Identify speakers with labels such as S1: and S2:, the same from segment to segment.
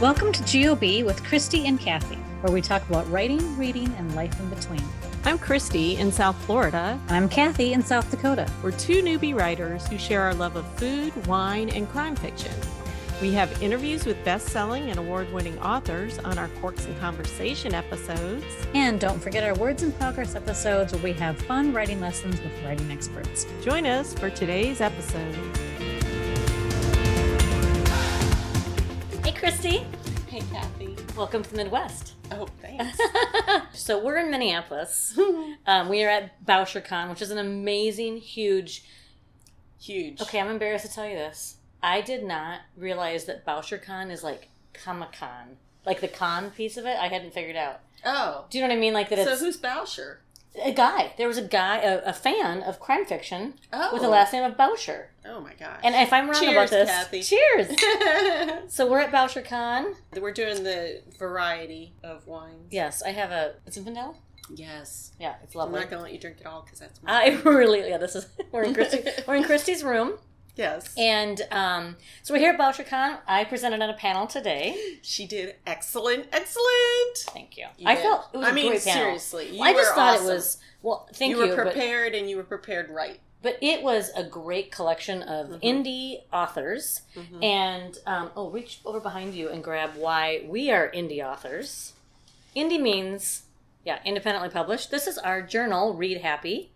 S1: Welcome to GOB with Christy and Kathy, where we talk about writing, reading, and life in between.
S2: I'm Christy in South Florida.
S1: And I'm Kathy in South Dakota.
S2: We're two newbie writers who share our love of food, wine, and crime fiction. We have interviews with best selling and award winning authors on our Corks and Conversation episodes.
S1: And don't forget our Words in Progress episodes where we have fun writing lessons with writing experts.
S2: Join us for today's episode.
S1: Hey, Christy.
S3: Hey, Kathy.
S1: Welcome to the Midwest.
S3: Oh, thanks.
S1: so we're in Minneapolis. Um, we are at BauscherCon, which is an amazing, huge.
S3: Huge.
S1: Okay, I'm embarrassed to tell you this. I did not realize that BauscherCon is like Comic Con, like the con piece of it. I hadn't figured out.
S3: Oh.
S1: Do you know what I mean? Like that.
S3: So
S1: It's
S3: who's Bowsher?
S1: a guy. There was a guy, a, a fan of crime fiction
S3: Oh.
S1: with the last name of Bauscher.
S3: Oh my gosh.
S1: And if I'm wrong
S3: Cheers,
S1: about this,
S3: Kathy.
S1: cheers. so we're at BauscherCon.
S3: We're doing the variety of wines.
S1: Yes, I have a. It's Infandel.
S3: Yes.
S1: Yeah, it's
S3: I'm
S1: lovely.
S3: not gonna let you drink it all because that's mine.
S1: I really yeah. This is we're in Christy, we're in Christy's room,
S3: yes.
S1: and um, so we're here at BoucherCon. I presented on a panel today.
S3: she did excellent, excellent.
S1: Thank you.
S3: You
S1: I
S3: did.
S1: felt it was
S3: I
S1: a
S3: mean,
S1: great panel.
S3: seriously, you
S1: I just
S3: were
S1: thought
S3: awesome.
S1: it was well. Thank
S3: you
S1: you.
S3: were
S1: but-
S3: prepared, and you were prepared right.
S1: but it was a great collection of
S3: Mm-hmm.
S1: indie authors and um, oh reach over behind you and grab why we are indie authors indie means yeah independently published this is our journal read happy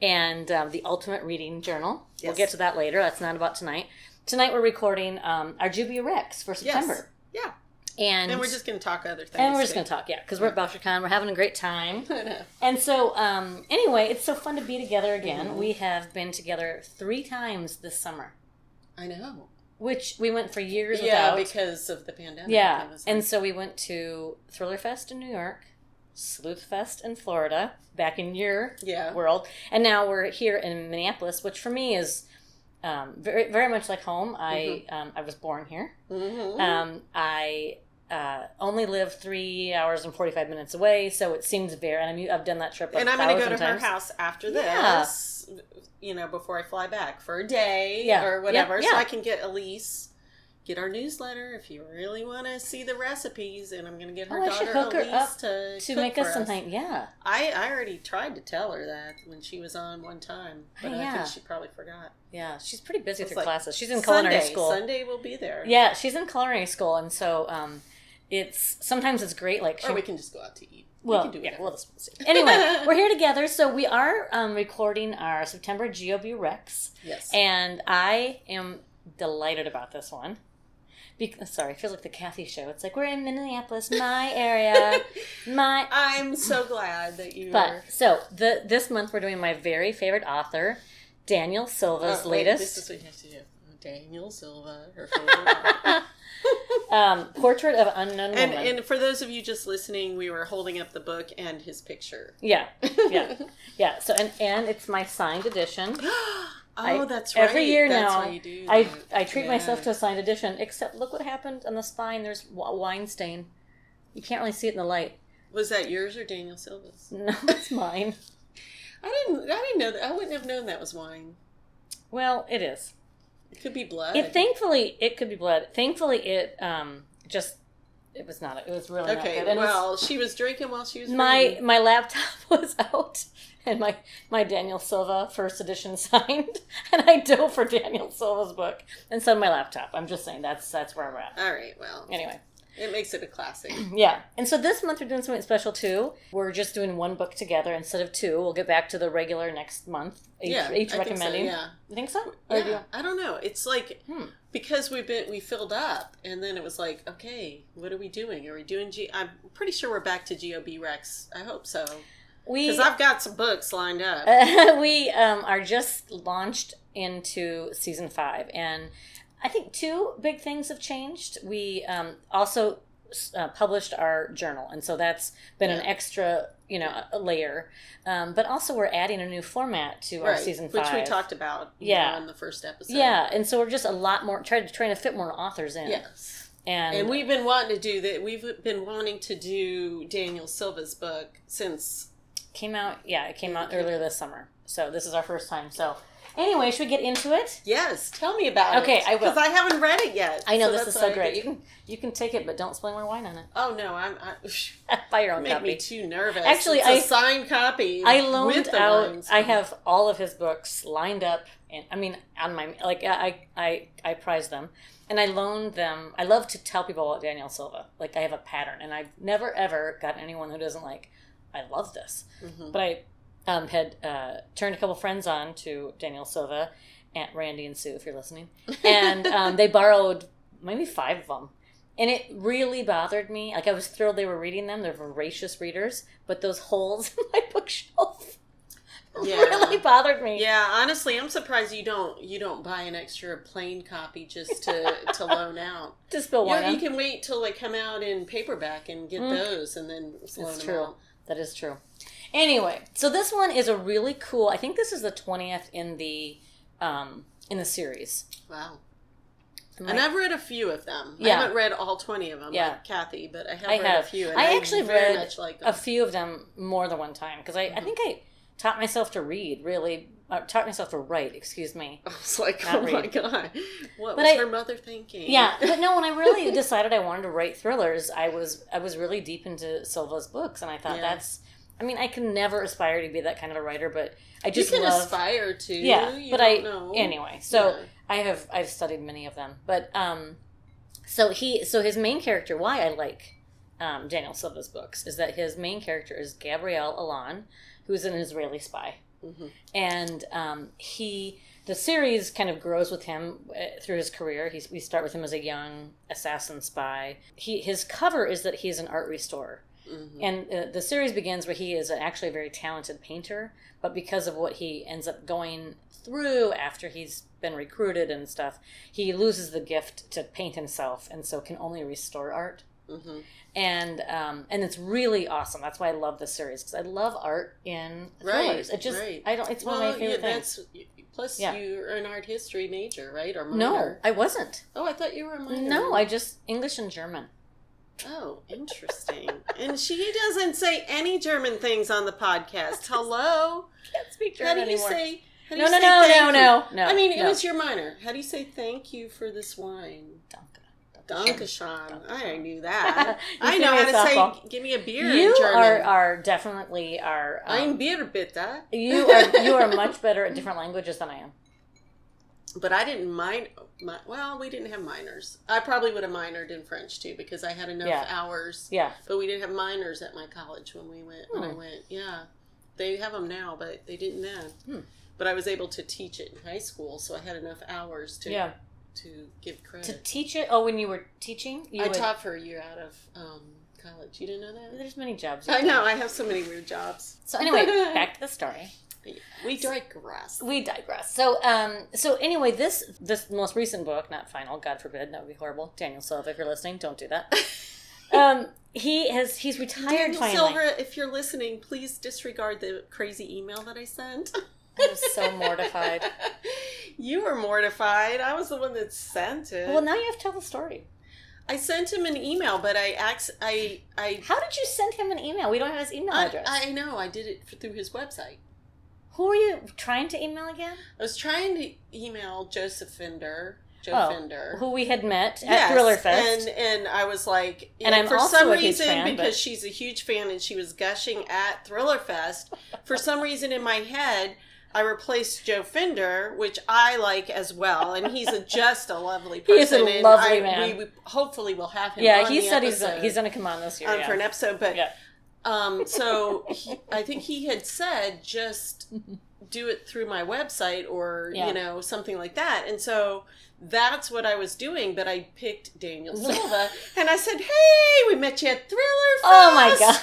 S1: and um, the ultimate reading journal we'll
S3: Yes.
S1: get to that later that's not about tonight tonight we're recording um, our jubia rex for
S3: Yes.
S1: september
S3: Yeah.
S1: and,
S3: And we're just gonna talk other things.
S1: and we're just going to talk yeah because we're at BoucherCon. we're having a great time
S3: gonna.
S1: and so, um, anyway, it's so fun to be together again.
S3: Mm-hmm.
S1: We have been together three times this summer,
S3: I know.
S1: which we went for years
S3: Yeah,
S1: without.
S3: because of the pandemic.
S1: yeah,
S3: it was
S1: and
S3: like-
S1: so we went to Thriller Fest in New York, Sleuth Fest in Florida, back in your
S3: yeah.
S1: world, and now we're here in Minneapolis, which for me is um, very, very much like home. I
S3: Mm-hmm.
S1: um, I was born here.
S3: Mhm.
S1: Um, I uh, only live three hours and forty five minutes away, so it seems very. And I'm, I've done that trip. a
S3: and I'm going to go
S1: thousand
S3: to her
S1: times.
S3: house after
S1: Yeah.
S3: this, you know, before I fly back for a day
S1: Yeah.
S3: or whatever,
S1: Yeah,
S3: so
S1: yeah.
S3: I can get Elise. Get our newsletter if you really want to see the recipes, and I'm going to get her
S1: Oh, I should
S3: daughter
S1: hook her
S3: Elise
S1: up
S3: to
S1: to
S3: cook
S1: make us
S3: for
S1: something. Yeah,
S3: I I already tried to tell her that when she was on one time,
S1: Oh,
S3: but I
S1: yeah.
S3: think she probably forgot.
S1: yeah. She's pretty busy
S3: It's
S1: with her
S3: like
S1: classes. She's in culinary
S3: Sunday,
S1: school.
S3: Sunday will be there.
S1: Yeah, she's in culinary school, and so um, it's sometimes it's great. Like, she,
S3: or we can just go out to eat.
S1: well,
S3: we can do
S1: yeah,
S3: whatever.
S1: we'll just we'll see. Anyway, we're here together, so we are um, recording our September GOB Rex,
S3: yes,
S1: and I am delighted about this one. Because, sorry, it feels like the Kathy show. It's like we're in Minneapolis, my area, my
S3: I'm so glad that you. are,
S1: But so the this month we're doing my very favorite author, Daniel Silva's
S3: Oh, wait,
S1: latest
S3: This is what you have to do. Daniel Silva, her favorite
S1: um, Portrait of an Unknown
S3: And,
S1: Woman.
S3: and for those of you just listening, we were holding up the book and his picture.
S1: yeah, yeah, yeah. So and and it's my signed edition.
S3: Oh,
S1: I-
S3: that's right.
S1: Every year
S3: That's
S1: now,
S3: why you do
S1: I
S3: that.
S1: I treat
S3: Yeah.
S1: myself to a signed edition. Except look what happened on the spine. There's w- wine stain. You can't really see it in the light.
S3: Was that yours or Daniel Silva's?
S1: No, it's mine.
S3: I didn't. I didn't know that. I wouldn't have known that was wine.
S1: Well, it is.
S3: It could be blood.
S1: It thankfully it could be blood. Thankfully it um just it was not. It was really not
S3: okay.
S1: good. And it's-
S3: well, she was drinking while she was
S1: my
S3: reading.
S1: my laptop was out and my my Daniel Silva first edition signed and I dove for Daniel Silva's book and so did my laptop. I'm just saying that's that's where I'm at.
S3: All right. Well,
S1: Anyway,
S3: it makes it a classic.
S1: yeah. And so this month we're doing something special too. We're just doing one book together instead of two. We'll get back to the regular next month. Each,
S3: yeah. I
S1: each
S3: think so,
S1: recommending.
S3: yeah.
S1: You think so? Or do
S3: Yeah,
S1: you-
S3: I don't know. It's like
S1: Hmm.
S3: because we've been we filled up, and then it was like, okay, what are we doing? Are we doing G? I'm pretty sure we're back to GOB Rex. I hope so
S1: We
S3: because I've got some books lined up.
S1: Uh, we um, are just launched into season five, and I think two big things have changed. We um, also s- uh, published our journal, and so that's been an
S3: Yeah.
S1: extra, you know, a- a layer. Um, but also, we're adding a new format to our Oh, season
S3: which
S1: five,
S3: we talked about. you
S1: Yeah.
S3: know, on the first episode.
S1: Yeah, and so we're just a lot more trying to trying to fit more authors in.
S3: yes.
S1: and,
S3: And we've been wanting to do that. We've been wanting to do Daniel Silva's book since
S1: Came out, yeah, it came out earlier this summer. So this is our first time. So anyway, should we get into it?
S3: Yes, tell me about it.
S1: Okay, I will.
S3: Because I haven't read it yet.
S1: I know
S3: so
S1: this
S3: that's
S1: is so
S3: why I
S1: great. You
S3: get-
S1: can you can take it, but don't spill more wine on it.
S3: Oh no, I'm. I,
S1: Buy your own
S3: make
S1: copy.
S3: me too nervous.
S1: Actually,
S3: it's a
S1: I-
S3: signed copy.
S1: I
S3: with
S1: loaned
S3: the
S1: out.
S3: lines.
S1: I have all of his books lined up, and I mean, on my like, I I I prize them, and I loaned them. I love to tell people about Daniel Silva. Like, I have a pattern, and I've never ever gotten anyone who doesn't like. I love this,
S3: Mhm.
S1: but I um, had uh, turned a couple friends on to Daniel Silva, Aunt Randy and Sue, if you're listening, and um, they borrowed maybe five of them. And it really bothered me. Like I was thrilled they were reading them; they're voracious readers. But those holes in my bookshelf
S3: Yeah.
S1: really bothered me.
S3: Yeah, honestly, I'm surprised you don't you don't buy an extra plain copy just to to loan out.
S1: Just Bill
S3: You, know,
S1: Wyman.
S3: you can wait till they come out in paperback and get
S1: Mm.
S3: those, and then loan
S1: That's
S3: them
S1: true.
S3: out.
S1: That is true. Anyway, so this one is a really cool. I think this is the twentieth in the um, in the series.
S3: Wow.
S1: I'm
S3: And
S1: like-
S3: I've read a few of them. I
S1: Yeah.
S3: haven't read all twenty of them,
S1: Yeah.
S3: like Kathy, but I have
S1: I
S3: read
S1: have.
S3: a few. And
S1: I actually
S3: very
S1: read
S3: much like
S1: a
S3: them.
S1: few of them more than one time because I,
S3: Mm-hmm.
S1: I think I taught myself to read really uh, taught myself to write excuse me
S3: I was like,
S1: Not
S3: oh my
S1: read.
S3: god, what
S1: But
S3: was
S1: I-
S3: her mother thinking?
S1: yeah but no when i really decided i wanted to write thrillers i was i was really deep into silva's books and i thought
S3: Yeah.
S1: that's i mean i can never aspire to be that kind of a writer but i just
S3: you can
S1: love
S3: aspire to.
S1: yeah
S3: you
S1: but
S3: don't
S1: i
S3: know.
S1: anyway so
S3: Yeah.
S1: I have I've studied many of them, but um, so he so his main character. Why I like um, Daniel Silva's books is that his main character is Gabriel Alon, who is an Israeli spy,
S3: Mhm.
S1: and um, he the series kind of grows with him uh, through his career. He's, we start with him as a young assassin spy. He his cover is that he's an art restorer.
S3: Mhm.
S1: And uh, the series begins where he is actually a very talented painter, but because of what he ends up going through after he's been recruited and stuff, he loses the gift to paint himself, and so can only restore art.
S3: Mhm.
S1: And um, and it's really awesome. That's why I love this series because I love art in
S3: Right,
S1: thrillers. It just
S3: right.
S1: I don't. It's one of
S3: Well,
S1: my
S3: yeah,
S1: favorite things.
S3: that's plus
S1: Yeah.
S3: you're an art history major, right? Or minor?
S1: No, I wasn't.
S3: Oh, I thought you were a minor.
S1: No, I just English and German.
S3: Oh, interesting. and she doesn't say any German things on the podcast. Hello.
S1: Can't speak
S3: How
S1: German
S3: do you
S1: anymore.
S3: say? How do
S1: no,
S3: you
S1: no,
S3: say
S1: no,
S3: thank
S1: no,
S3: you?
S1: no, no.
S3: I mean,
S1: no.
S3: it was your minor. How do you say thank you for this wine? Dunkashan. I knew that.
S1: You
S3: I
S1: threw
S3: know how
S1: me a
S3: to
S1: softball.
S3: say "give me a beer"
S1: You
S3: in German.
S1: are uh, are definitely are. um,
S3: I'm beer bitte.
S1: you are you are much better at different languages than I am.
S3: But I didn't mind. My, well, we didn't have minors. I probably would have minored in French too because I had enough
S1: Yeah.
S3: hours.
S1: Yeah,
S3: But we didn't have minors at my college when we went. When I
S1: Hmm.
S3: went, yeah, they have them now, but they didn't then.
S1: Hmm.
S3: But I was able to teach it in high school, so I had enough hours to
S1: yeah.
S3: to give
S1: To
S3: credit.
S1: teach it. Oh, when you were teaching, you
S3: Mm. I
S1: would,
S3: taught for a year out of um, college. You didn't know that?
S1: There's many jobs. you
S3: I
S1: can
S3: know.
S1: do.
S3: I have so many weird jobs.
S1: So anyway, back to the story.
S3: We digress.
S1: We digress. So um so anyway, this this most recent book, not final, God forbid, that would be horrible. Daniel Silva, if you're listening, don't do that. um he has he's retired
S3: Daniel
S1: finally.
S3: Silver, if you're listening, please disregard the crazy email that I sent.
S1: I'm so mortified.
S3: you were mortified. I was the one that sent it.
S1: Well, now you have to tell the story.
S3: I sent him an email, but I ax- I I
S1: How did you send him an email? We don't have his email
S3: I,
S1: address.
S3: I know I did it f- through his website.
S1: Who are you trying to email again?
S3: I was trying to email Joseph Fender. Joe
S1: Oh,
S3: Fender.
S1: Who we had met at
S3: Yes,
S1: Thriller Fest.
S3: And and I was like
S1: And I'm
S3: for
S1: also
S3: some
S1: a huge
S3: reason
S1: fan,
S3: because
S1: but-
S3: she's a huge fan and she was gushing at Thriller Fest, for some reason in my head I replaced Joe Fender, which I like as well, and he's a, just a lovely person.
S1: He is a
S3: and
S1: lovely
S3: I,
S1: man.
S3: We, we hopefully will have him.
S1: yeah,
S3: on
S1: he
S3: the
S1: said he's
S3: episode, Um,
S1: he's gonna come on this year.
S3: on
S1: yeah.
S3: for an episode, but
S1: Yeah.
S3: um, so he, I think he had said just do it through my website or
S1: Yeah.
S3: you know something like that, and so that's what I was doing. But I picked Daniel Silva, and I said, "Hey, we met you at Thriller." Fest.
S1: Oh my god.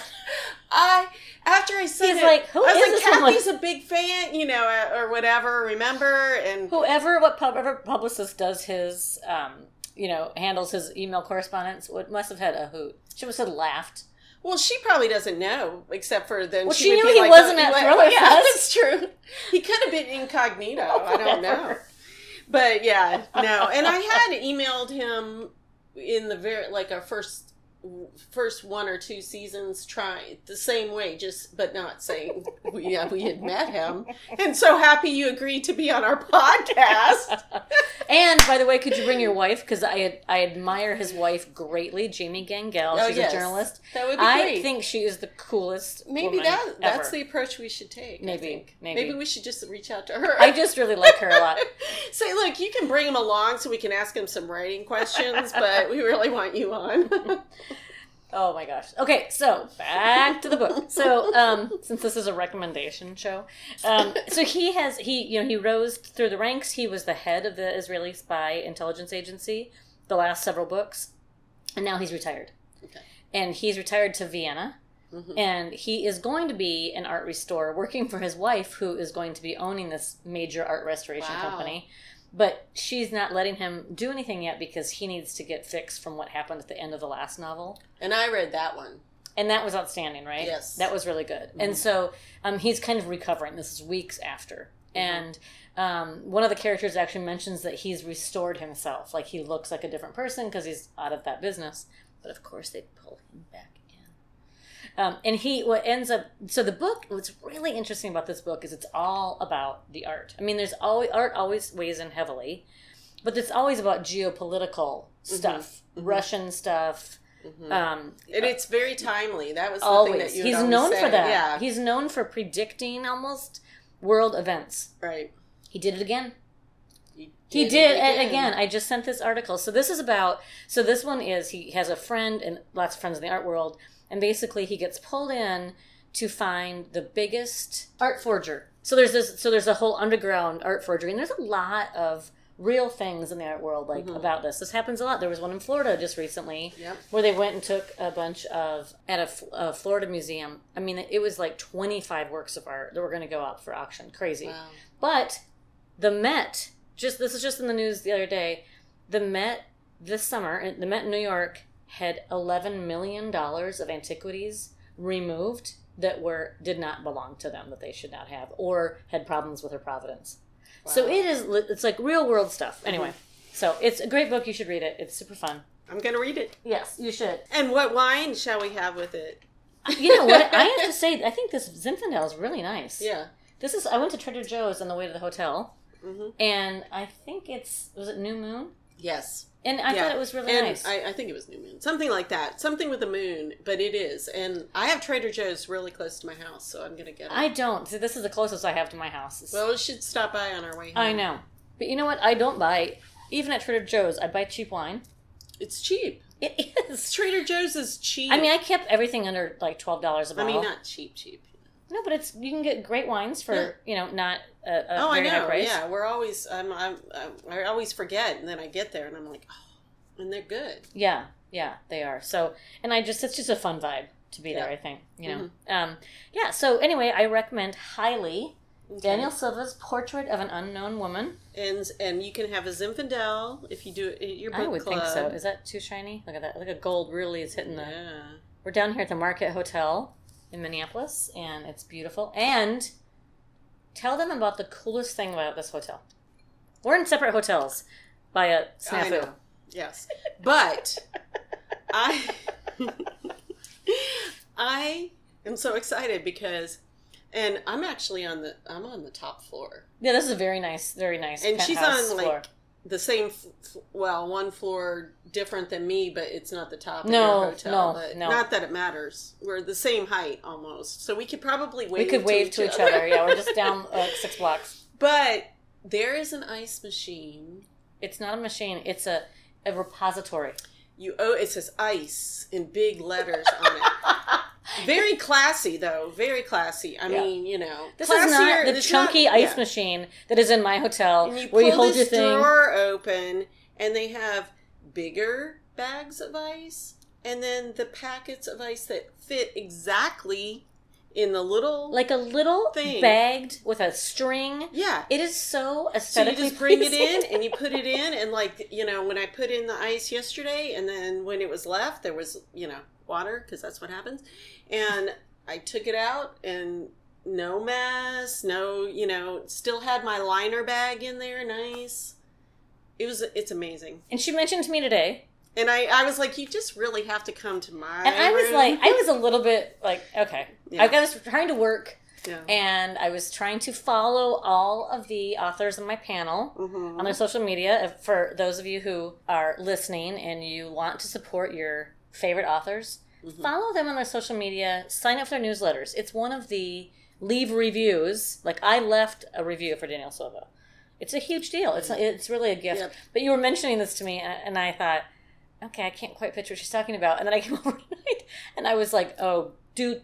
S3: I after I said
S1: He's
S3: it,
S1: like, "Who
S3: I was
S1: is
S3: like,
S1: this woman?"
S3: Kathy's a big fan, you know, uh, or whatever. Remember and.
S1: Whoever what pub, whatever publicist does his um you know, handles his email correspondence would must have had a hoot. She must have laughed.
S3: Well, she probably doesn't know, except for then.
S1: Well,
S3: she,
S1: she
S3: would
S1: knew
S3: be
S1: he
S3: like,
S1: wasn't
S3: oh,
S1: at
S3: what-
S1: Thriller
S3: yeah,
S1: Fest. Oh,
S3: That's true. He could have been incognito. I don't know,
S1: Whatever.
S3: but yeah, no. And I had emailed him in the very like our first w- first one or two seasons trying the same way, just but not saying we, yeah, we had met him. And so happy you agreed to be on our podcast.
S1: And by the way, could you bring your wife? Because I I admire his wife greatly, Jamie Gangel.
S3: Oh,
S1: She's
S3: yes.
S1: a journalist.
S3: That would be
S1: I
S3: great.
S1: think she is the coolest.
S3: maybe
S1: woman
S3: that that's
S1: ever.
S3: the approach we should take. I
S1: Maybe,
S3: think.
S1: maybe.
S3: maybe we should just reach out to her.
S1: I just really like her a lot.
S3: Say, look, you can bring him along so we can ask him some writing questions, but we really want you on.
S1: Oh my gosh. Okay, so back to the book. So, um, since this is a recommendation show, um, so he has he you know he rose through the ranks. He was the head of the Israeli spy intelligence agency the last several books, and now he's retired.
S3: Okay.
S1: And he's retired to Vienna,
S3: Mhm.
S1: and he is going to be an art restorer, working for his wife, who is going to be owning this major art restoration
S3: Wow.
S1: company. But she's not letting him do anything yet because he needs to get fixed from what happened at the end of the last novel
S3: and I read that one.
S1: and that was outstanding, right?
S3: Yes.
S1: that was really good. And so um, he's kind of recovering. This is weeks after, and um, one of the characters actually mentions that he's restored himself. Like he looks like a different person because he's out of that business. But of course, they pull him back in. Um, and he what ends up so the book. What's really interesting about this book is it's all about the art. I mean, there's always art always weighs in heavily, but it's always about geopolitical stuff, Russian stuff.
S3: Mm-hmm.
S1: Um,
S3: And it's very timely. That was the thing
S1: always
S3: that you
S1: he's
S3: had always
S1: known for
S3: said.
S1: that
S3: Yeah.
S1: he's known for predicting almost world events
S3: right.
S1: he did it again
S3: He
S1: he did it again i just sent this article so this is about so this one is he has a friend and lots of friends in the art world and basically he gets pulled in to find the biggest art forger so there's this so there's a whole underground art forgery and there's a lot of real things in the art world like about this this happens a lot there was one in florida just recently
S3: Yep.
S1: where they went and took a bunch of at a, F- a Florida museum. I mean, it was like 25 works of art that were going to go up for auction. Crazy.
S3: Wow.
S1: But the Met, just this is just in the news the other day, the Met this summer, the Met in New York had 11 million dollars of antiquities removed that were did not belong to them that they should not have or had problems with her providence. So
S3: Wow.
S1: it is li- it's like real world stuff. Anyway, so it's a great book you should read it. It's super fun.
S3: I'm going to read it.
S1: Yes, you should.
S3: And what wine shall we have with it?
S1: You know what? I have to say, I think this Zinfandel is really nice.
S3: Yeah.
S1: This is. I went to Trader Joe's on the way to the hotel,
S3: Mhm.
S1: and I think it's was it New Moon,
S3: Yes.
S1: and I
S3: Yeah.
S1: thought it was really
S3: and
S1: nice.
S3: I, I think it was New Moon. Something like that. Something with the moon, but it is. And I have Trader Joe's really close to my house, so I'm going to get it.
S1: I don't. See, this is the closest I have to my house. It's-
S3: well, we should stop by on our way home.
S1: I know, but you know what? I don't buy even at Trader Joe's. I buy cheap wine.
S3: It's cheap.
S1: It is.
S3: Trader Joe's is cheap.
S1: I mean, I kept everything under like twelve dollars a
S3: I
S1: bottle.
S3: mean, not cheap, cheap.
S1: no, but it's you can get great wines for
S3: Yeah.
S1: you know not a, a
S3: oh, I
S1: uh, very high
S3: know.
S1: price.
S3: Yeah, we're always. I'm, I'm, I'm. I always forget, and then I get there, and I'm like, oh, and they're good.
S1: Yeah, yeah, they are. So, and I just it's just a fun vibe to be there.
S3: Yeah. Mm-hmm.
S1: I think you know. Um, yeah. So anyway, I recommend highly Daniel Silva's Portrait of an Unknown Woman.
S3: And and you can have a Zinfandel if you do it at your book
S1: I would
S3: club.
S1: think so. Is that too shiny? Look at that. Look at gold really is hitting the.
S3: Yeah.
S1: We're down here at the Market Hotel in Minneapolis, and it's beautiful. And tell them about the coolest thing about this hotel. We're in separate hotels by a
S3: I
S1: snafu.
S3: know. Yes, but I I am so excited because, and I'm actually on the I'm on the top floor.
S1: Yeah, this is a very nice, very nice.
S3: And she's
S1: penthouse
S3: on, like,
S1: floor.
S3: The same, f- f- well, one floor different than me, but it's not the top. of
S1: No,
S3: your hotel,
S1: no,
S3: but
S1: no.
S3: Not that it matters. We're the same height almost, so we could probably wave.
S1: we could wave to each other. Yeah, we're just down like six blocks.
S3: But there is an ice machine.
S1: It's not a machine. It's a, a repository.
S3: You oh, it says ice in big letters on it. Very classy though. Very classy. I
S1: Yeah.
S3: mean, you know,
S1: This is not
S3: classier-
S1: the
S3: it's
S1: chunky
S3: not-
S1: ice
S3: yeah.
S1: machine that is in my hotel
S3: And you
S1: where you
S3: pull
S1: hold your
S3: this
S1: thing.
S3: drawer open, and they have bigger bags of ice, and then the packets of ice that fit exactly in the little
S1: Like a little
S3: Thing.
S1: bagged with a string.
S3: yeah.
S1: It is so
S3: So you
S1: aesthetically
S3: just bring it
S1: pleasing.
S3: in and you put it in and like you know when I put in the ice yesterday and then when it was left there was you know water because that's what happens and I took it out and no mess no you know still had my liner bag in there nice it was it's amazing
S1: And she mentioned to me today
S3: And I, I was like, you just really have to come to my.
S1: And I was
S3: room."
S1: like, I was a little bit like, okay,
S3: Yeah.
S1: I was trying to work,
S3: yeah.
S1: and I was trying to follow all of the authors on my panel
S3: Mhm.
S1: on their social media. If- For those of you who are listening and you want to support your favorite authors,
S3: Mhm.
S1: follow them on their social media. Sign up for their newsletters. It's one of the leave reviews. Like I left a review for Danielle Silva. It's a huge deal. It's it's really a gift.
S3: Mm-hmm. Yep.
S1: But you were mentioning this to me, and and I thought, okay, I can't quite picture what she's talking about. And then I came over tonight, and I was like, oh, dude,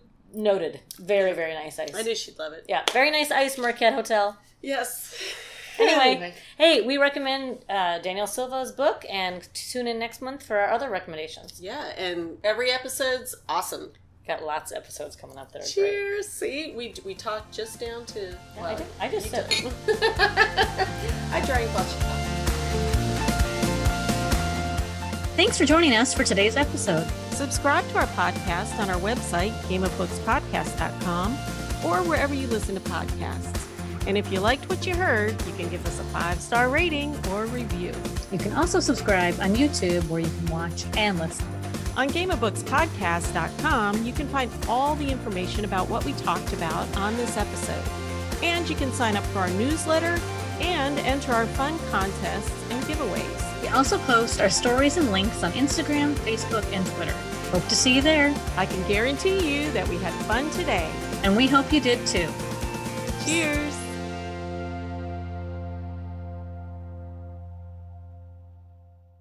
S1: noted. Very very nice ice.
S3: I knew she'd love it.
S1: Yeah, very nice ice Marquette Hotel.
S3: Yes.
S1: Anyway, hey, we recommend uh, Daniel Silva's book and tune in next month for our other recommendations.
S3: Yeah, and every episode's awesome.
S1: Got lots of episodes coming up that are great.
S3: Cheers. See, we we talked just down to.
S1: I
S3: what?
S1: did- I just
S3: You
S1: said-
S3: did. I drank while she talked.
S1: Thanks for joining us for today's episode.
S2: Subscribe to our podcast on our website, gameofbookspodcast.com, or wherever you listen to podcasts. And if you liked what you heard, you can give us a five star rating or review.
S1: You can also subscribe on YouTube where you can watch and listen.
S2: On gameofbookspodcast.com, you can find all the information about what we talked about on this episode. And you can sign up for our newsletter and enter our fun contests and giveaways.
S1: We also post our stories and links on Instagram, Facebook, and Twitter. Hope to see you there,
S2: I can guarantee you that we had fun today.
S1: and we hope you did too.
S2: Cheers!